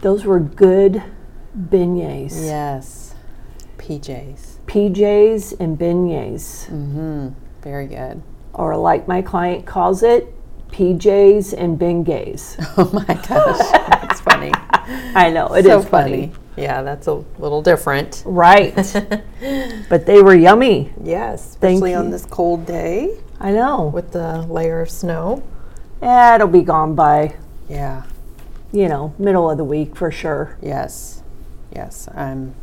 Those were good beignets. Yes. PJs. PJs and beignets, Mm. Very good. or like my client calls it, PJs and beignets. Oh my gosh. That's funny. I know, it is so funny. funny. Yeah, that's a little different. Right. but they were yummy. Yes. Thank Especially on you. this cold day I know. with the layer of snow. Eh, It'll be gone by, Yeah. you know, middle of the week for sure. Yes. Yes. I'm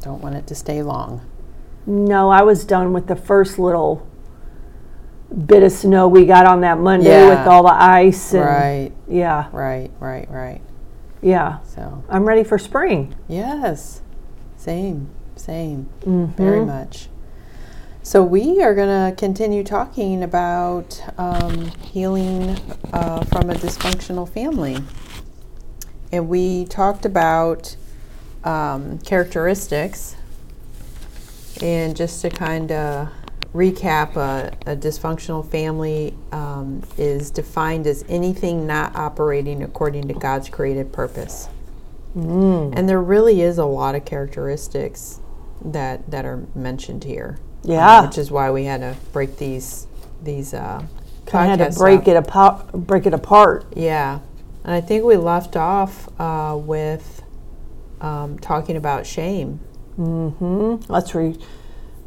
don't want it to stay long. No, I was done with the first little bit of snow we got on that Monday with Yeah. all the ice. And Right. Yeah, Right. Right. Right. yeah. So I'm ready for spring. Yes. Same, same. Very much. So we are going to continue talking about um, healing uh, from a dysfunctional family. And we talked about um, characteristics. And just to kind of recap, a, a dysfunctional family um, is defined as anything not operating according to God's created purpose. Mm. And there really is a lot of characteristics that that are mentioned here. uh, Yeah. which is why we had to break these these uh, I had to podcasts break up. it apart. Break it apart. Yeah, and I think we left off uh, with um, talking about shame. Let's re-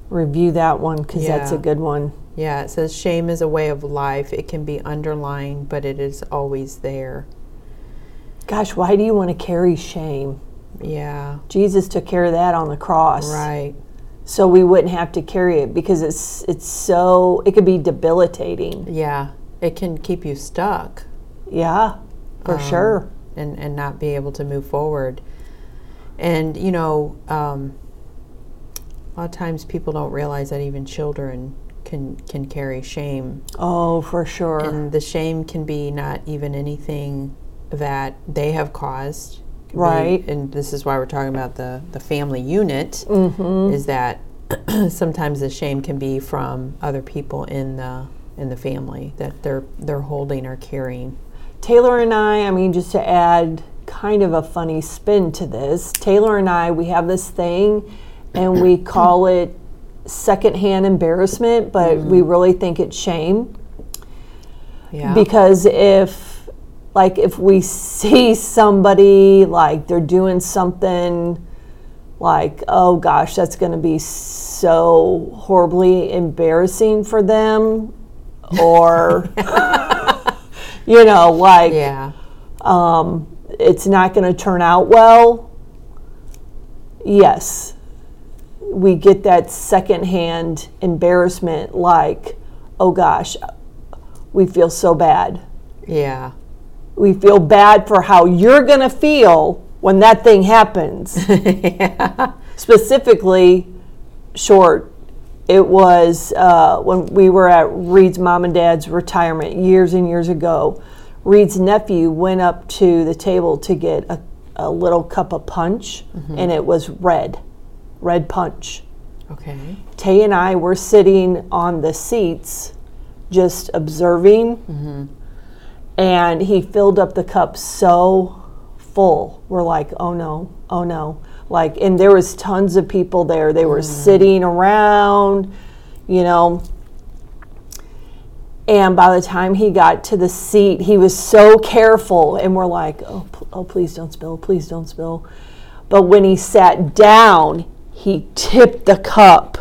review that one because that's a Yeah. good one. Yeah, it says shame is a way of life. It can be underlying, but it is always there. Gosh, why do you want to carry shame? Yeah, Jesus took care of that on the cross, right. so we wouldn't have to carry it because it's it's so it could be debilitating. Yeah, it can keep you stuck. Yeah, for sure. and, and not be able to move forward. And, you know, um, a lot of times people don't realize that even children can, can carry shame. Oh, for sure. And the shame can be not even anything that they have caused. It could be- Right. and this is why we're talking about the, the family unit Mm-hmm. is that sometimes the shame can be from other people in the in the family that they're they're holding or carrying. Taylor and I, I mean, just to add kind of a funny spin to this, Taylor and I, we have this thing and we call it secondhand embarrassment, but we really think it's shame. Yeah. Because if, like, if we see somebody, like, they're doing something, like, oh gosh, that's going to be so horribly embarrassing for them, or, you know, like, um, yeah. it's not going to turn out well, yes, we get that secondhand embarrassment like, oh gosh, we feel so bad. Yeah. We feel bad for how you're going to feel when that thing happens. Specifically, short, it was uh, when we were at Reed's mom and dad's retirement years and years ago. Reed's nephew went up to the table to get a, a little cup of punch, and it was red, red punch. Okay. Tay and I were sitting on the seats just observing, and he filled up the cup so full. We're like, oh no, oh no. Like, and there was tons of people there. They were sitting around, you know. And by the time he got to the seat, he was so careful, and we're like, oh, p- oh please don't spill, please don't spill. But when he sat down, he tipped the cup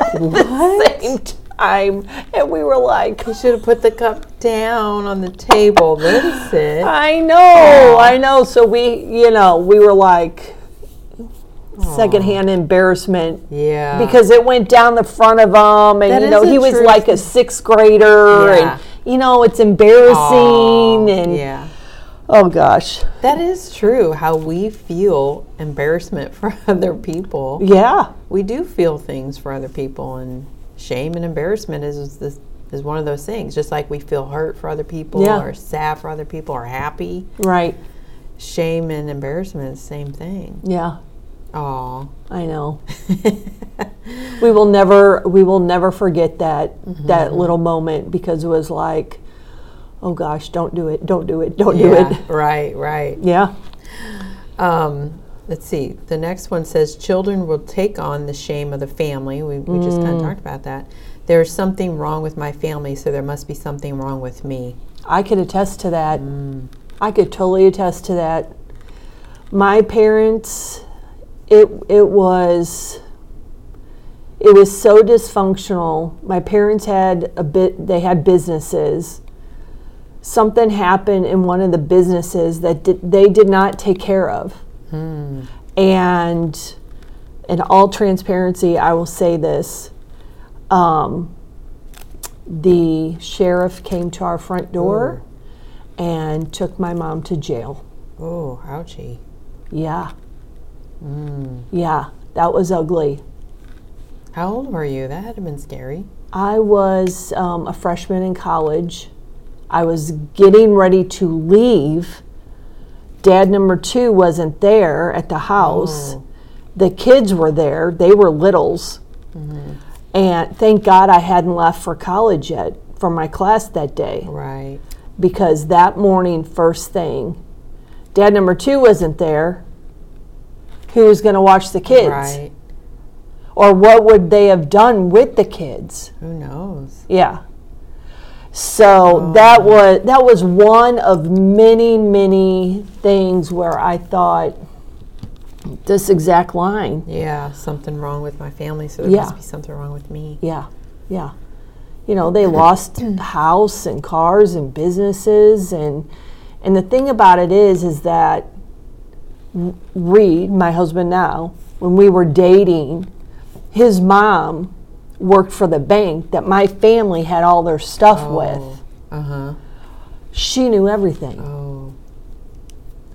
at the same time, and we were like, You should have put the cup down on the table. That's it. I know, I know. So we, you know, we were like secondhand embarrassment Yeah. because it went down the front of him, and That you know, is a he was true like a sixth grader, Yeah. and you know, it's embarrassing, Oh, and yeah. Oh gosh. That is true how we feel embarrassment for other people. Yeah. We do feel things for other people and shame and embarrassment is is this is one of those things. Just like we feel hurt for other people Yeah. or sad for other people or happy. Right. Shame and embarrassment is the same thing. Yeah. Aw. I know. we will never we will never forget that that little moment because it was like, oh gosh, don't do it, don't do it, don't do it. Right, right. Yeah. Um, let's see. The next one says children will take on the shame of the family. We, we just kind of talked about that. There's something wrong with my family, so there must be something wrong with me. I could attest to that. I could totally attest to that. My parents, it it was it was so dysfunctional. My parents had a bit they had businesses. Something happened in one of the businesses that did, they did not take care of. And in all transparency, I will say this. Um, the sheriff came to our front door and took my mom to jail. Oh, ouchie. Yeah. Yeah, that was ugly. How old were you? That had to have been scary. I was um, a freshman in college. I was getting ready to leave. Dad number two wasn't there at the house. The kids were there, they were littles. And thank God I hadn't left for college yet for my class that day. Right. because that morning, first thing, dad number two wasn't there. Who was going to watch the kids? Right. Or what would they have done with the kids? Who knows? Yeah. So that was that was one of many many things where I thought this exact line. Yeah, something wrong with my family, so there Yeah. must be something wrong with me. Yeah. Yeah. You know, they lost house and cars and businesses and and the thing about it is is that w- Reed, my husband now, when we were dating, his mom worked for the bank that my family had all their stuff with. Uh huh. She knew everything, Oh.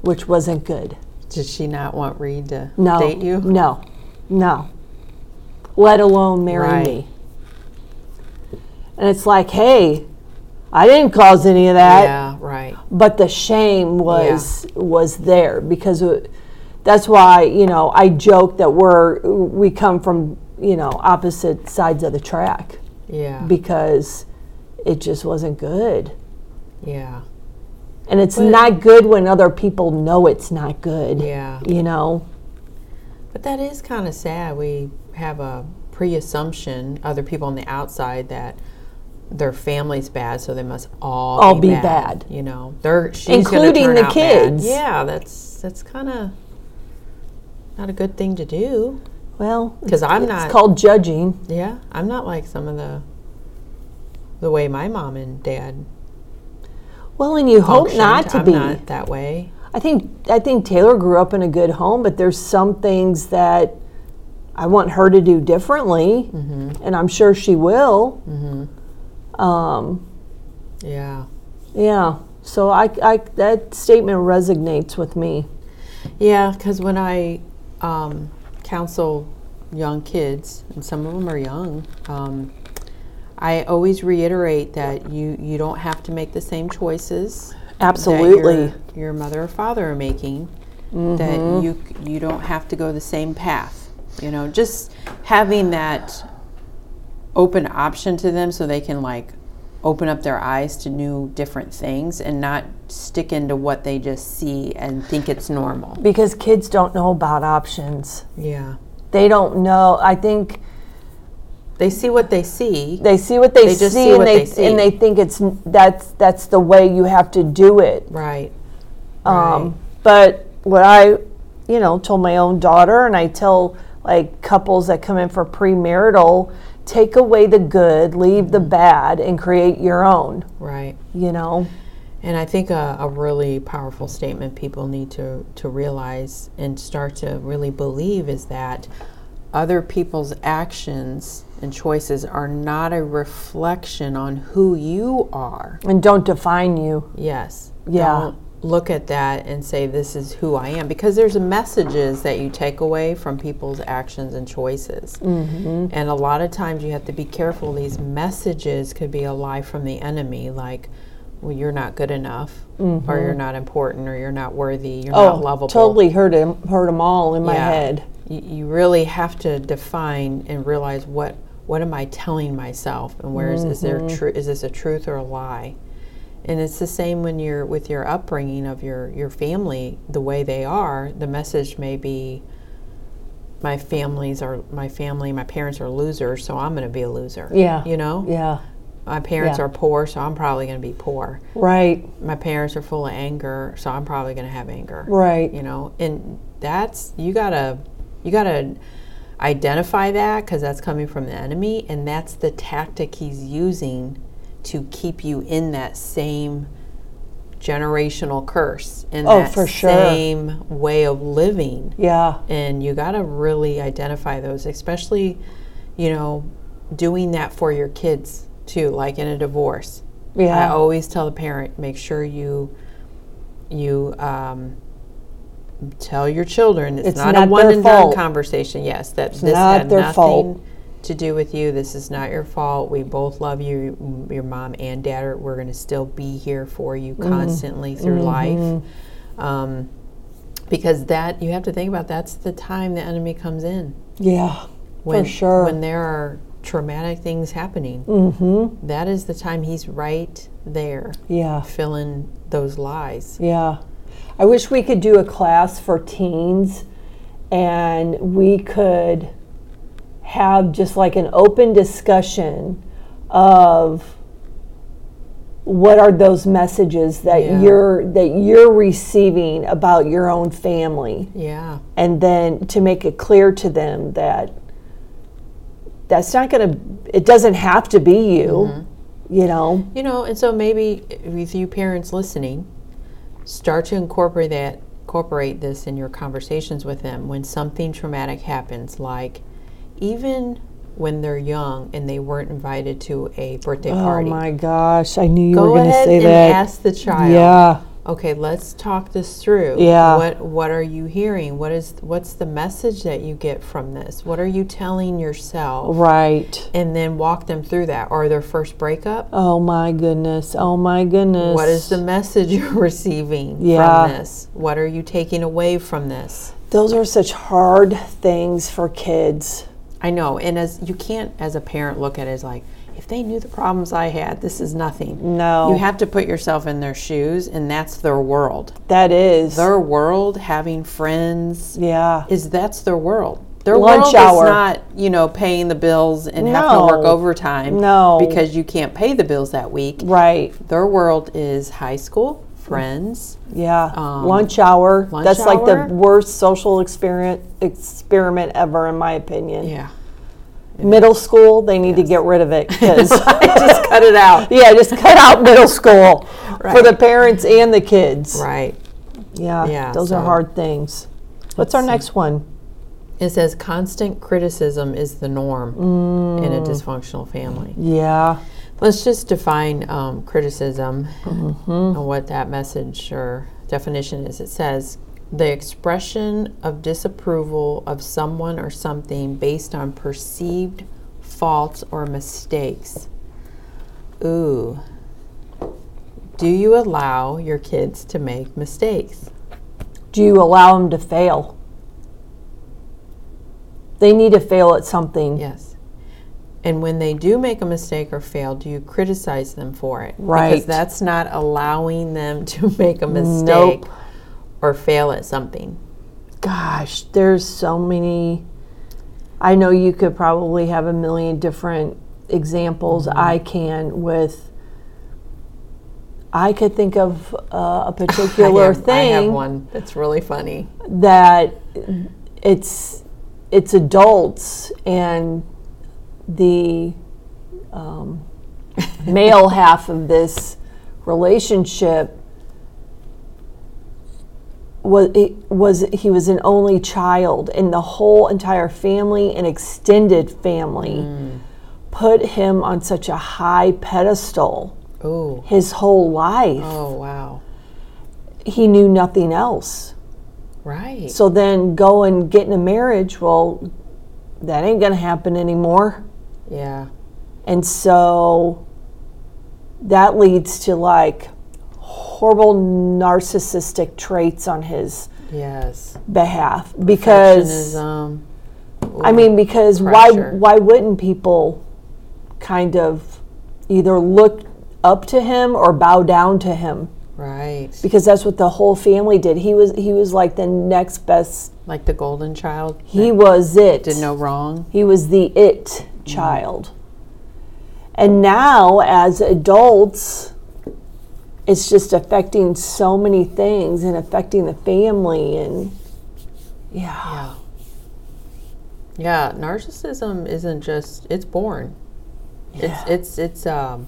which wasn't good. Did she not want Reed to No. date you? No. No. Let alone marry Right. me. And it's like, hey, I didn't cause any of that, Yeah, right. but the shame was was there because it, that's why you know I joke that we're we come from you know opposite sides of the track Yeah. because it just wasn't good, yeah. and it's not good when other people know it's not good. Yeah. You know, But that is kind of sad. We have a pre-assumption, other people on the outside, that their family's bad, so they must all All be bad. You know, they're she's gonna Including turn the out bad. kids. Yeah, that's that's kind of not a good thing to do well, because I'm it's not. called judging. yeah, I'm not like some of the the way my mom and dad. Well, and you hope functioned. not to I'm be. not that way. I think I think Taylor grew up in a good home, but there's some things that I want her to do differently, Mm-hmm. and I'm sure she will. Um, Yeah. yeah. So I, I that statement resonates with me. Yeah, because when I um, counsel young kids, and some of them are young, um, I always reiterate that you, you don't have to make the same choices Absolutely. that your, your mother or father are making. That you c- you don't have to go the same path. You know, just having that open option to them so they can like open up their eyes to new different things and not stick into what they just see and think it's normal. Because kids don't know about options. Yeah. They don't know. I think They see what they see. they see what they, They just see and what they, they see. and they think it's that's that's the way you have to do it. Right. Right. Um, but what I, you know, told my own daughter, and I tell like couples that come in for premarital, take away the good, leave the bad, and create your own. Right. You know, And I think a, a really powerful statement people need to, to realize and start to really believe is that other people's actions and choices are not a reflection on who you are. and don't define you. Yes. Yeah. Don't look at that and say, this is who I am. Because there's messages that you take away from people's actions and choices. Mm-hmm. And a lot of times you have to be careful. These messages could be a lie from the enemy, like, well, you're not good enough, or you're not important, or you're not worthy, you're Mm-hmm. Oh, not lovable. totally heard him, heard them all in my Yeah. head. You, you really have to define and realize what what am I telling myself, and where is is there Mm-hmm. true? Is this a truth or a lie? And it's the same when you're with your upbringing of your your family, the way they are. The message may be, my families are my family, my parents are losers, so I'm going to be a loser. Yeah. you know, Yeah, my parents Yeah. are poor, so I'm probably going to be poor. right, My parents are full of anger, so I'm probably going to have anger right. you know and that's you gotta you gotta identify that because that's coming from the enemy and that's the tactic he's using to keep you in that same generational curse in Oh, that for sure. same way of living Yeah, and you got to really identify those especially you know doing that for your kids too like in a divorce I yeah, always tell the parent, make sure you you um, tell your children it's, It's not, not a one their and fault. done conversation. Yes, that this not had their nothing fault. to do with you. This is not your fault. We both love you. M- Your mom and dad are. We're going to still be here for you Mm-hmm. constantly through life. Um, because that you have to think about that's the time the enemy comes in yeah, when, for sure. when there are traumatic things happening That is the time he's right there Mm-hmm. yeah, fill in those lies. yeah. I wish we could do a class for teens and we could have just like an open discussion of what are those messages that Yeah. you're that you're receiving about your own family Yeah, and then to make it clear to them that that's not going to it doesn't have to be you Mm-hmm. you know you know, and so maybe with you parents listening, start to incorporate that, incorporate this in your conversations with them when something traumatic happens, like even when they're young and they weren't invited to a birthday party. Oh gosh i knew you Go ahead and ask the child. Okay, let's talk this through. Yeah. What What are you hearing? What is What's the message that you get from this? What are you telling yourself? Oh. right and then walk them through that or their first breakup. oh my goodness oh my goodness What is the message you're receiving Yeah. from this? What are you taking away from this? those are such hard things for kids I know, and as you can't, as a parent, look at it as like, if they knew the problems I had, this is nothing. no You have to put yourself in their shoes, and that's their world. that is Their world, having friends, yeah is that's their world. Their Lunch world hour. is not, you know, paying the bills and having to work No. overtime. No. because you can't pay the bills that week. right Their world is high school, friends, yeah Um, lunch hour lunch that's like hour? the worst social experience experiment ever in my opinion Yeah. middle school they need to get rid of it 'cause- Just cut it out. yeah just cut out middle school for Right. the parents and the kids Right. yeah, Yeah, those are so- hard things what's our next one It says constant criticism is the norm in a dysfunctional family. yeah Let's just define um, criticism and what that message or definition is. It says the expression of disapproval of someone or something based on perceived faults or mistakes. Ooh. Do you allow your kids to make mistakes? do you allow them to fail they need to fail at something Yes. And when they do make a mistake or fail, do you criticize them for it? Right. Because that's not allowing them to make a mistake or fail at something. gosh there's so many i know you could probably have a million different examples Mm-hmm. i can with i could think of uh, a particular I have, I thing have one that's really funny. that it's it's adults and the um, male half of this relationship was he, was he was an only child and the whole entire family and extended family put him on such a high pedestal Ooh. his whole life Oh, wow. he knew nothing else. Right. So then go and get in a marriage, well, that ain't going to happen anymore. yeah. And so that leads to like horrible narcissistic traits on his Yes. behalf because Perfectionism. I mean because pressure. why why wouldn't people kind of either look up to him or bow down to him Right. because that's what the whole family did. He was he was like the next best. Like the golden child He was it. did no wrong. He was the it child. And now, as adults, it's just affecting so many things and affecting the family. And yeah, Yeah. Yeah, narcissism isn't just it's born. It's it's it's um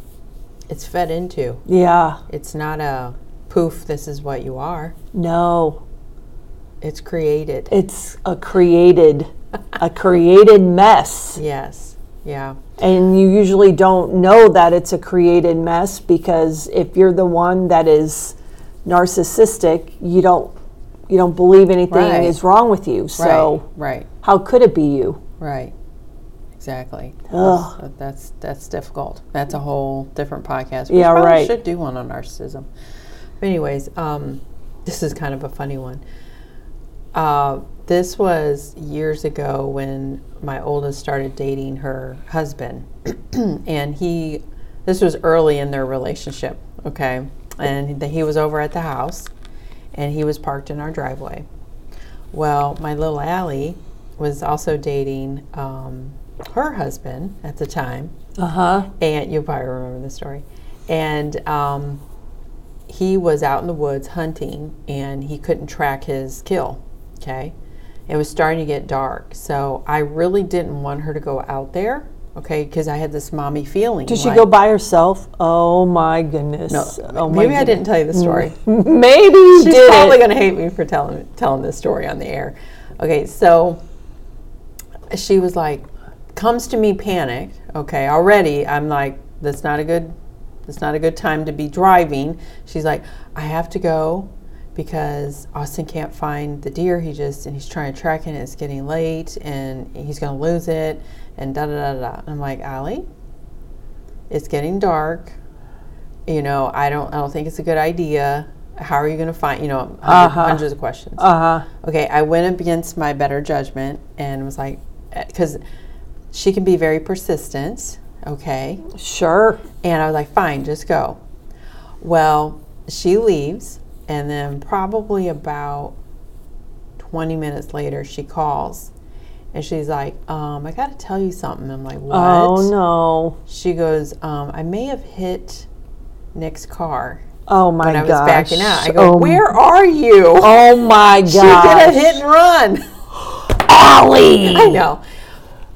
it's fed into. yeah, It's not a poof this is what you are. no, It's created. it's a created, a created mess. Yes. Yeah. And you usually don't know that it's a created mess because if you're the one that is narcissistic, you don't you don't believe anything Right. is wrong with you. So. right. How could it be you? Right. Exactly. Ugh. That's, uh, that's that's difficult. That's a whole different podcast. Yeah, probably right. Should do one on narcissism. But anyways, um, this is kind of a funny one. Uh, this was years ago when my oldest started dating her husband, and he. This was early in their relationship. Okay, and he was over at the house, and he was parked in our driveway. Well, my little Allie was also dating um, her husband at the time, Uh huh. and you'll probably remember the story. And um, he was out in the woods hunting, and he couldn't track his kill. Okay, it was starting to get dark, so I really didn't want her to go out there. Okay, because I had this mommy feeling. Did she like- go by herself? Oh my goodness. oh my Mm. Maybe I didn't tell you the story. didn't. Maybe you She's did. probably going to hate me for telling telling this story on the air. Okay, so she was like, comes to me panicked. Okay, already I'm like, that's not a good, that's not a good time to be driving. She's like, I have to go because Austin can't find the deer. He just and he's trying to track it. And it's getting late, and he's going to lose it. And da da da da. I'm like, Allie, it's getting dark you know i don't i don't think it's a good idea how are you going to find you know 100 Uh-huh. hundreds of questions Uh huh. okay i went against my better judgment and was like because she can be very persistent okay Sure. and I was like, fine, just go. Well, she leaves, and then probably about 20 minutes later, she calls and she's like, um, I got to tell you something. I'm like, what? Oh no. She goes, um, I may have hit Nick's car Oh my when I gosh. was backing out. I go, oh, where are you? Oh my she did a gosh. Mm. hit and run. Ollie. I know.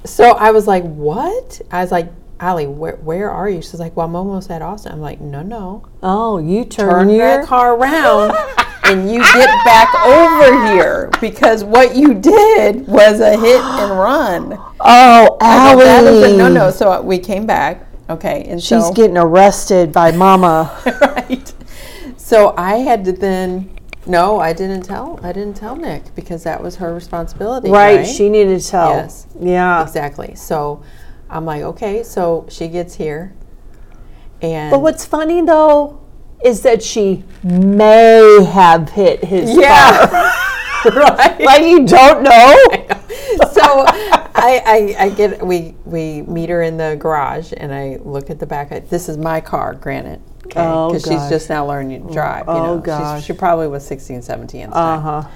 So I was like, what? I was like, Allie, where, where are you? She's like, well, I'm almost at Austin. I'm like, no, no. Oh, you turn, Turn your your car around and you get back over here because what you did was a hit and run. Oh, So Allie. that is a no, no. So we came back. Okay. And She's so, getting arrested by Mama. right. So I had to then. No, I didn't tell. I didn't tell Nick because that was her responsibility. right. Right. She needed to tell. Yes. Yeah. Exactly. So I'm like, okay, so she gets here. And But what's funny though is that she may have hit his Yeah. car. right. like you don't know. so I, I, I get we we meet her in the garage and I look at the back. I, this is my car, granted. Okay. Oh, Because gosh. she's just now learning to drive. You Oh, know? She's- gosh. Uh-huh. She probably was 16, 17 at the time. huh.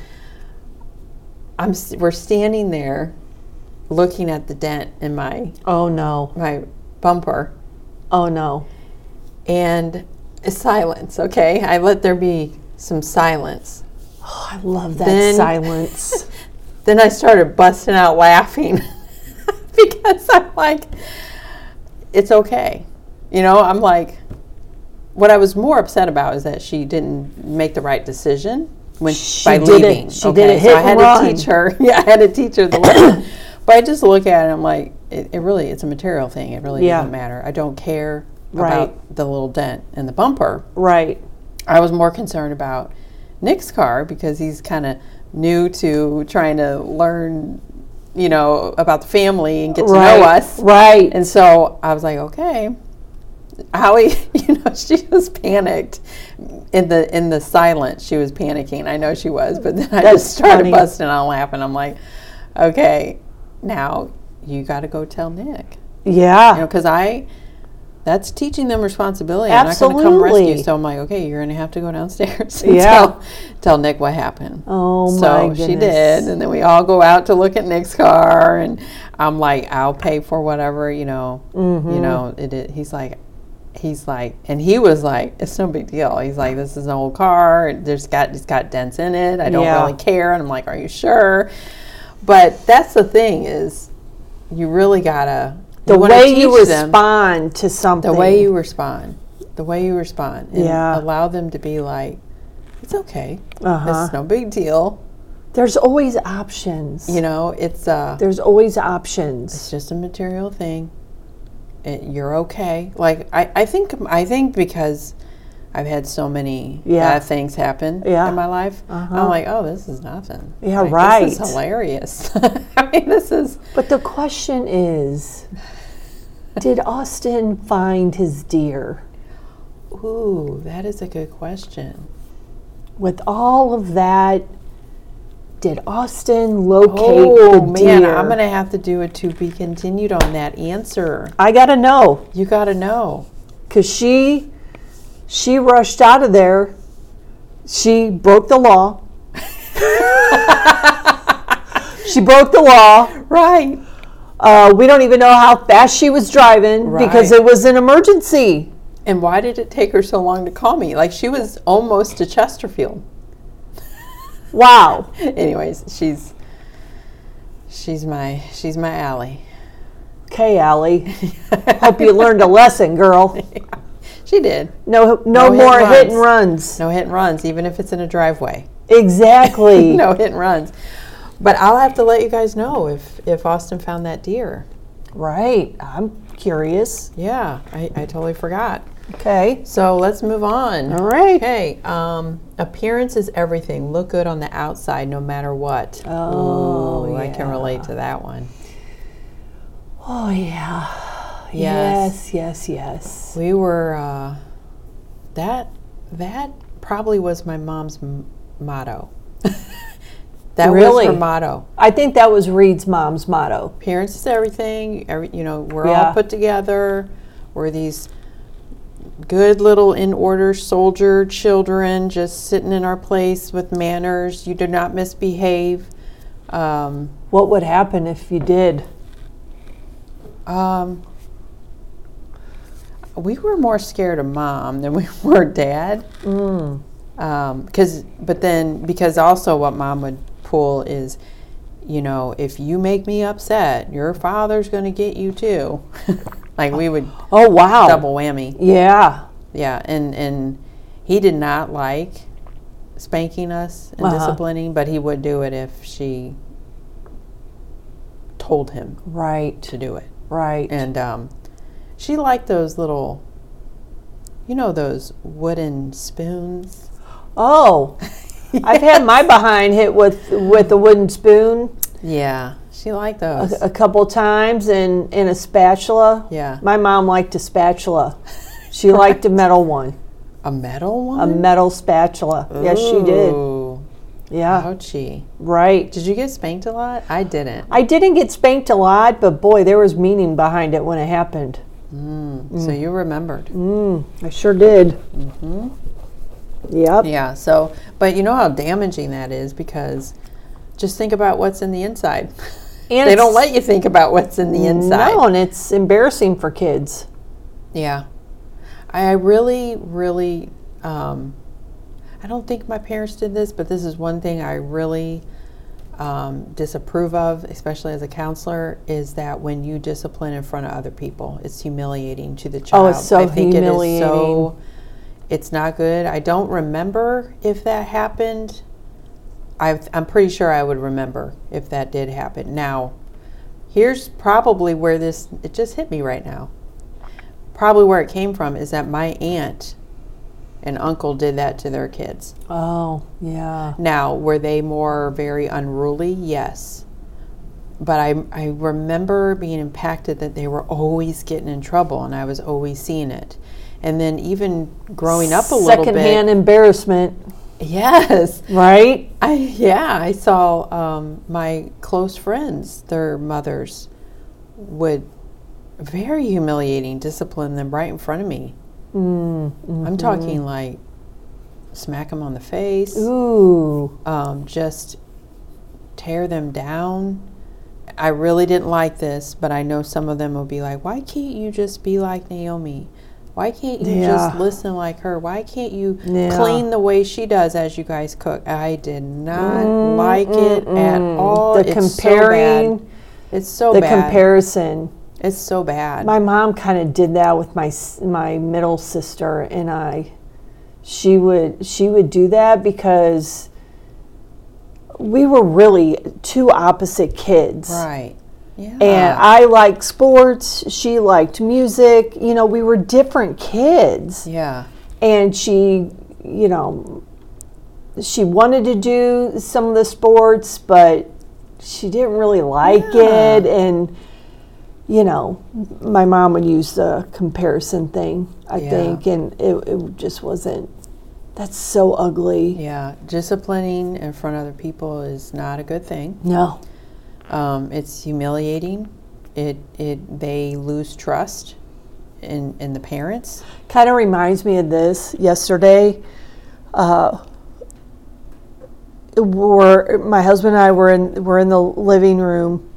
I'm, s- we're standing there looking at the dent in my, Oh no. my bumper. Oh no. and silence, okay? I let there be some silence. Oh, I love that Then- silence. Then I started busting out laughing because I'm like, it's okay. You know, I'm like, what I was more upset about is that she didn't make the right decision when She by did it. leaving. She did it. Hit so I had and run. to teach her. Yeah, I had to teach her the lesson. but I just look at it and I'm like, it, it really, it's a material thing. It really Yeah. doesn't matter. I don't care Right. about the little dent in the bumper. right. I was more concerned about Nick's car because he's kind of new to trying to learn, you know, about the family and get to know us. Right. And so I was like, okay. Howie, you know, she was panicked in the in the silence. She was panicking. I know she was, but then I That's just started funny. busting out laughing. I'm like, okay, now you got to go tell Nick, yeah. you know, because I that's teaching them responsibility. I'm not going to come rescue. Absolutely. So I'm like, okay, you're going to have to go downstairs and Yeah. tell, tell Nick what happened. Oh, so my she did, goodness. and then we all go out to look at Nick's car, and I'm like, I'll pay for whatever, you know, Mm-hmm. you know. It, it, he's like, he's like, and he was like, it's no big deal. He's like, this is an old car. and There's got it's got dents in it. I don't Yeah. really care. And I'm like, are you sure? But that's the thing is, you really gotta the you wanna way you teach them- respond to something. the way you respond, the way you respond, and Yeah. allow them to be like, it's okay. Uh-huh. It's no big deal. There's always options. You know, it's uh, There's always options. it's just a material thing. It, you're okay. Like I, I think, I think because I've had so many Yeah. bad things happen Yeah. in my life, Uh-huh. I'm like, oh, this is nothing. Yeah, Like, This right. is hilarious. I mean, this is But the question is Did Austin find his deer? ooh, that is a good question. With all of that, did Austin locate Oh the man, deer? I'm gonna have to do a to be continued on that answer. I gotta know You got to know. because she she rushed out of there. She broke the law. she broke the law. Right. Uh, we don't even know how fast she was driving because Right. it was an emergency. And why did it take her so long to call me? Like she was almost to Chesterfield. Wow. Anyways, she's she's my she's my ally. Okay, Allie. Hope you learned a lesson, girl. She did. No, no, No hit more and hit and runs. No hit and runs, even if it's in a driveway. Exactly. No hit and runs. But I'll have to let you guys know if if Austin found that deer. Right. I'm curious. Yeah, I, I totally forgot. Okay. So let's move on. All right. Okay. Um, appearance is everything. Look good on the outside, no matter what. Oh, Ooh, I can relate to that one. Oh yeah. Yes. Yes. Yes. Yes. We were uh, that that probably was my mom's m- motto. that was Really? her motto. I think that was Reed's mom's motto. Appearance is everything. Every, you know, we're Yeah. all put together. We're these good little in order soldier children, just sitting in our place with manners. You do not misbehave. Um, What would happen if you did? Um, we were more scared of mom than we were dad. Mm. Because, but then because also what mom would pull is, you know, if you make me upset, your father's going to get you too. like we would Oh wow. double whammy. Yeah. Yeah, and and he did not like spanking us and Uh-huh. disciplining, but he would do it if she told him Right. to do it Right. and um, she liked those little, you know, those wooden spoons. Oh. I've had my behind hit with with a wooden spoon Yeah, she liked those. a, a couple times and in a spatula. Yeah, My mom liked a spatula. She liked a metal one, a metal a one. metal spatula. Yes, she did. Mm-hmm. Uh, Ooh, Uh-huh. Yeah, Ouchie! right. Did you get spanked a lot? I didn't. I didn't get spanked a lot, but boy, there was meaning behind it when it happened. Mm. Mm. So you remembered. I sure did. Mm-hmm. Yep. Yeah. So, but you know how damaging that is because just think about what's in the inside. And they don't it's- let you think about what's in the inside. No, and it's embarrassing for kids. Yeah. I I really, really, um, I don't think my parents did this, but this is one thing I really um, disapprove of, especially as a counselor, is that when you discipline in front of other people, it's humiliating to the child. Oh, it's so I think it is humiliating. so, it's not good. I don't remember if that happened. i I'm pretty sure I would remember if that did happen. Now, here's probably where this, it just hit me right now probably where it came from is that my aunt and uncle did that to their kids. Oh, yeah. Now, were they more very unruly? Yes. But I, I remember being impacted that they were always getting in trouble and I was always seeing it. And then even growing up a little Secondhand bit. embarrassment, Yes. right? I, yeah, I saw um, my close friends, their mothers would very humiliating discipline them right in front of me. I'm talking like smack them on the face Ooh. um, just tear them down. I really didn't like this, but I know some of them will be like, why can't you just be like Naomi? Why can't you just Yeah. listen like her? Why can't you Yeah. clean the way she does as you guys cook? I did not like it at all. The It's so comparing, bad. it's so the bad. comparison. it's so bad. My mom kind of did that with my s- my middle sister and I. She would she would do that because we were really two opposite kids. right. Uh. Yeah. And I liked sports, she liked music. You know, we were different kids. yeah. And she, you know, she wanted to do some of the sports, but she didn't really like it and you know, my mom would use the comparison thing, I Yeah. think, and it, it just wasn't that's so ugly. Yeah. Disciplining in front of other people is not a good thing. No. Um, it's humiliating. It it they lose trust in in the parents. kind of reminds me of this yesterday uh, we're, my husband and i were in, were in the living room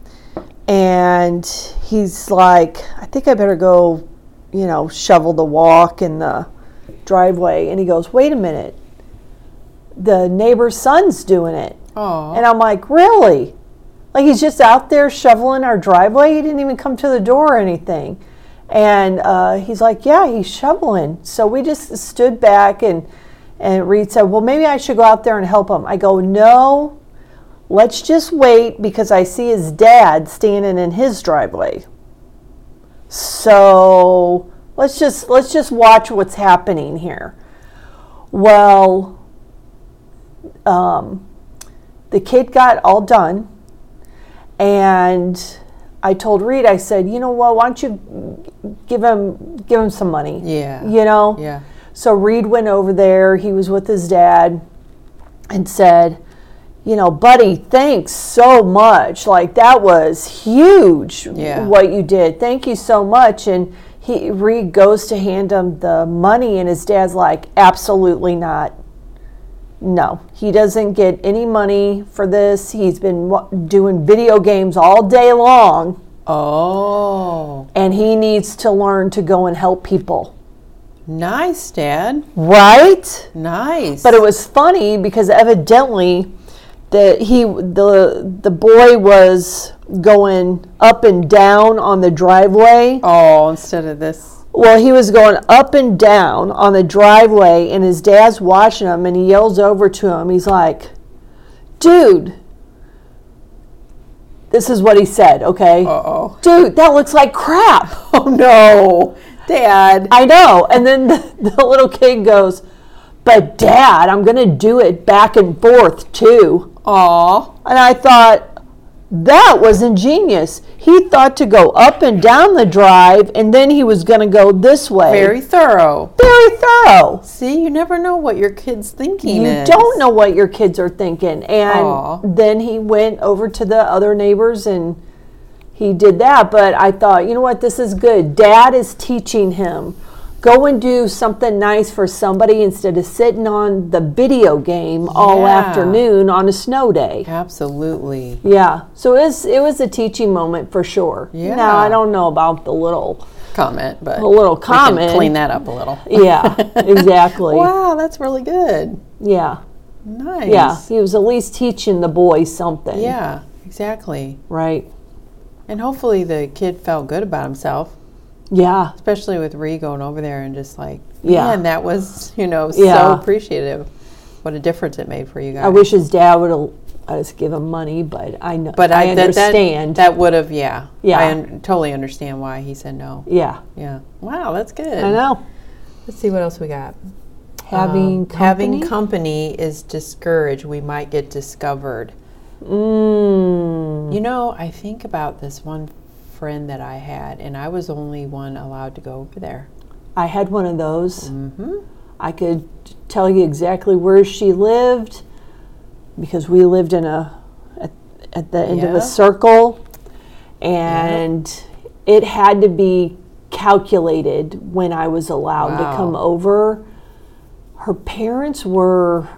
and he's like i think i better go you know shovel the walk in the driveway and he goes wait a minute the neighbor's son's doing it Oh, and i'm like really like he's just out there shoveling our driveway. He didn't even come to the door or anything. And uh, he's like, "Yeah, he's shoveling." So we just stood back and and Reed said, "Well, maybe I should go out there and help him." I go, "No, let's just wait because I see his dad standing in his driveway. So let's just let's just watch what's happening here." Well, um, the kid got all done. And I told Reed, I said, you know what? Why don't you give him give him some money? Yeah. you know. yeah, So Reed went over there. He was with his dad and said, you know, buddy, thanks so much. Like that was huge. Yeah. What you did. Thank you so much. And he Reed goes to hand him the money, and his dad's like, absolutely not. No, he doesn't get any money for this. He's been wa- doing video games all day long, Oh, and he needs to learn to go and help people. nice, Dad. Right? Nice. But it was funny because evidently that he the the boy was going up and down on the driveway. oh, instead of this. Well, he was going up and down on the driveway and his dad's watching him and he yells over to him. He's like, "Dude, this is what he said, okay? Uh oh. Dude, that looks like crap." Oh no, Dad. I know. And then the, the little kid goes, But dad, I'm going to do it back and forth too. Aw, And I thought, That was ingenious. He thought to go up and down the drive and then he was going to go this way. very thorough. Very thorough. See, you never know what your kid's thinking. You is. don't know what your kids are thinking. And Aw. then he went over to the other neighbors and he did that. But I thought, you know what? This is good. Dad is teaching him. Go and do something nice for somebody instead of sitting on the video game all Yeah. afternoon on a snow day. Absolutely. Yeah. So it was, it was a teaching moment for sure. Now, Yeah. I don't know about the little. Comment, but a little comment. clean that up a little. Yeah, exactly. Wow, that's really good. Yeah. Nice. Yeah. He was at least teaching the boy something. Yeah. Exactly. Right. And hopefully the kid felt good about himself, Yeah. especially with Ree going over there and just like, Yeah. man, that was, you know, so Yeah. appreciative. What a difference it made for you guys. I wish his dad would have let us give him money, but I know. but I, I, that- that- understand. That, would have, yeah. Yeah. I un- totally understand why he said no. yeah, Yeah. Wow, that's good. I know. Let's see what else we got. Having company? Um, having company is discouraged. We might get discovered. Mm. You know, I think about this one friend that I had, and I was the only one allowed to go over there. I had one of those. Mm-hmm. I could tell you exactly where she lived because we lived in a at, at the end of Yeah. a circle, and it had to be calculated when I was allowed Wow. to come over. Her parents were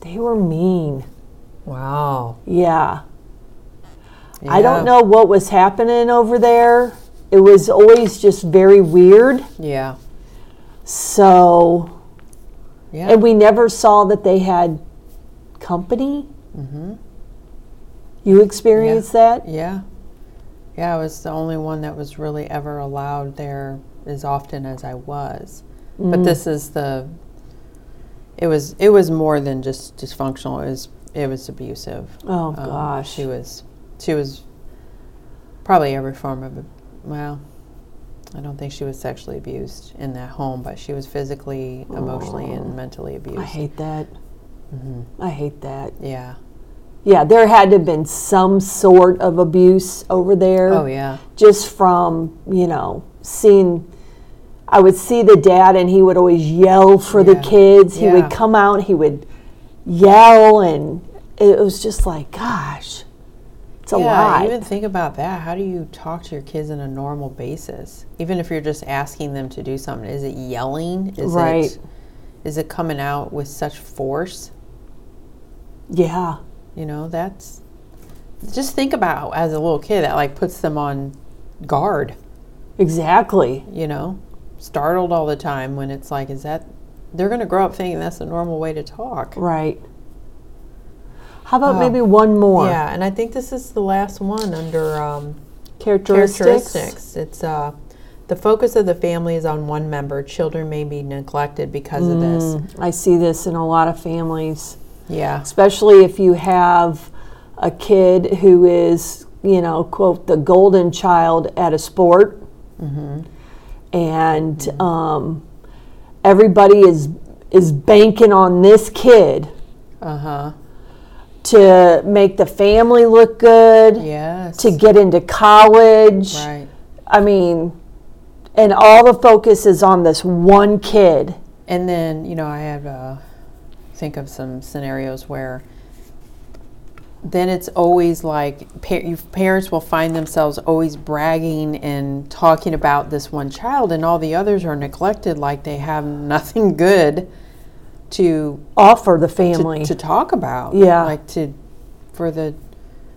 they were mean. Wow. Yeah. I don't know what was happening over there. It was always just very weird. Yeah. So, Yeah. and we never saw that they had company. You experienced that? Mm-hmm. Yeah. Yeah, I was the only one that was really ever allowed there as often as I was. Mm. But this is the it was it was more than just dysfunctional. It was it was abusive. Oh, Um, gosh. She was she was probably every form of ab- well, I don't think she was sexually abused in that home, but she was physically, emotionally and mentally abused. I hate that. Mm-hmm. I hate that. yeah. Yeah, there had to have been some sort of abuse over there. Oh yeah. Just from, you know, seeing. I would see the dad and he would always yell for the Yeah. kids. He Yeah. would come out, he would yell, and it was just like, gosh, it's a yeah, lot. even think about that. How do you talk to your kids on a normal basis? Even if you're just asking them to do something, is it yelling? Is Right. it is it coming out with such force? yeah. You know, that's just think about how, as a little kid that like puts them on guard, Exactly. you know? Startled all the time when it's like, is that they're gonna grow up thinking that's the normal way to talk. Right. How about maybe one more Oh. Yeah, and I think this is the last one under um, characteristics? characteristics. It's uh, the focus of the family is on one member. Children may be neglected because of this. I see this in a lot of families, Yeah, especially if you have a kid who is, you know, quote, the golden child at a sport. Mm-hmm. And Um, everybody is is banking on this kid uh huh. to make the family look good, Yes, to get into college. right. I mean, and all the focus is on this one kid. And then you know, I have uh, think of some scenarios where then it's always like par- you- parents will find themselves always bragging and talking about this one child, and all the others are neglected, like they have nothing good to Offer the to- family. to, talk about. Yeah. like to for the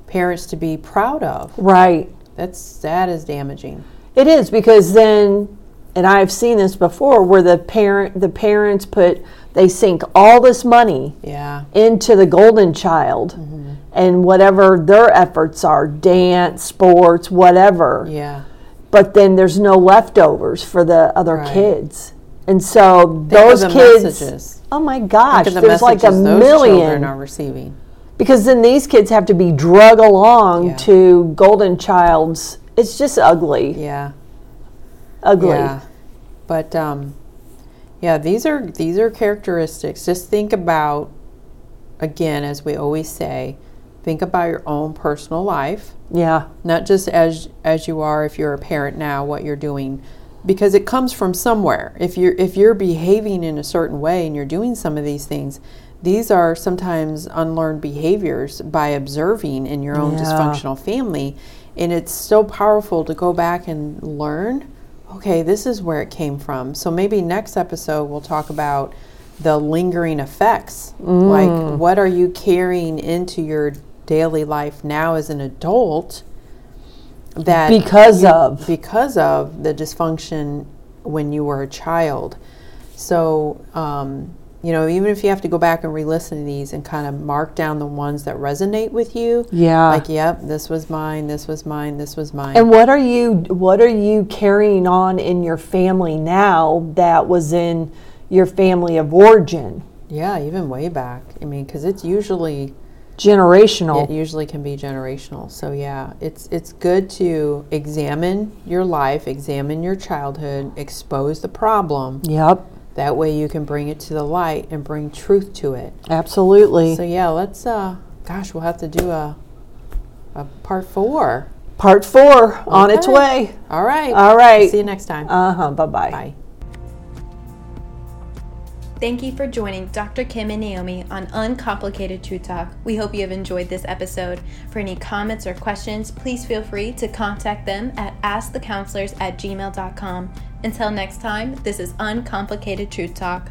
parents to be proud of. right. That's that is damaging. It is because then, and I've seen this before, where the parent, the parents put, they sink all this money Yeah, into the golden child, Mm-hmm. and whatever their efforts are, dance, sports, whatever. yeah. But then there's no leftovers for the other Right. kids, and so Think of those the kids. messages. Oh my gosh! Think of the there's like a messages those million. children are receiving. because then these kids have to be drug along Yeah. to golden child's it's just ugly Yeah, ugly yeah. But um, yeah, these are these are characteristics. Just think about again, as we always say, think about your own personal life. yeah not just as as you are if you're a parent now what you're doing because it comes from somewhere if you're if you're behaving in a certain way and you're doing some of these things these are sometimes unlearned behaviors by observing in your own Yeah. dysfunctional family and it's so powerful to go back and learn okay this is where it came from so maybe next episode we'll talk about the lingering effects like what are you carrying into your daily life now as an adult that because of because of the dysfunction when you were a child. So, um, you know, even if you have to go back and re listen to these and kind of mark down the ones that resonate with you. Yeah. Like, yep, this was mine, this was mine, this was mine. and what are you what are you carrying on in your family now that was in your family of origin yeah, even way back. I mean, because it's usually. generational It usually can be generational. So yeah, it's it's good to examine your life, examine your childhood, expose the problem, yep That way you can bring it to the light and bring truth to it. Absolutely. So yeah, let's uh gosh, we'll have to do a a part 4. Part four on its Okay. way. All right. All right. See you next time. Uh huh. Bye bye. Bye. Thank you for joining Dr. Kim and Naomi on Uncomplicated True Talk. We hope you have enjoyed this episode. For any comments or questions, please feel free to contact them at askthecounselors at gmail.com. Until next time, this is Uncomplicated Truth Talk.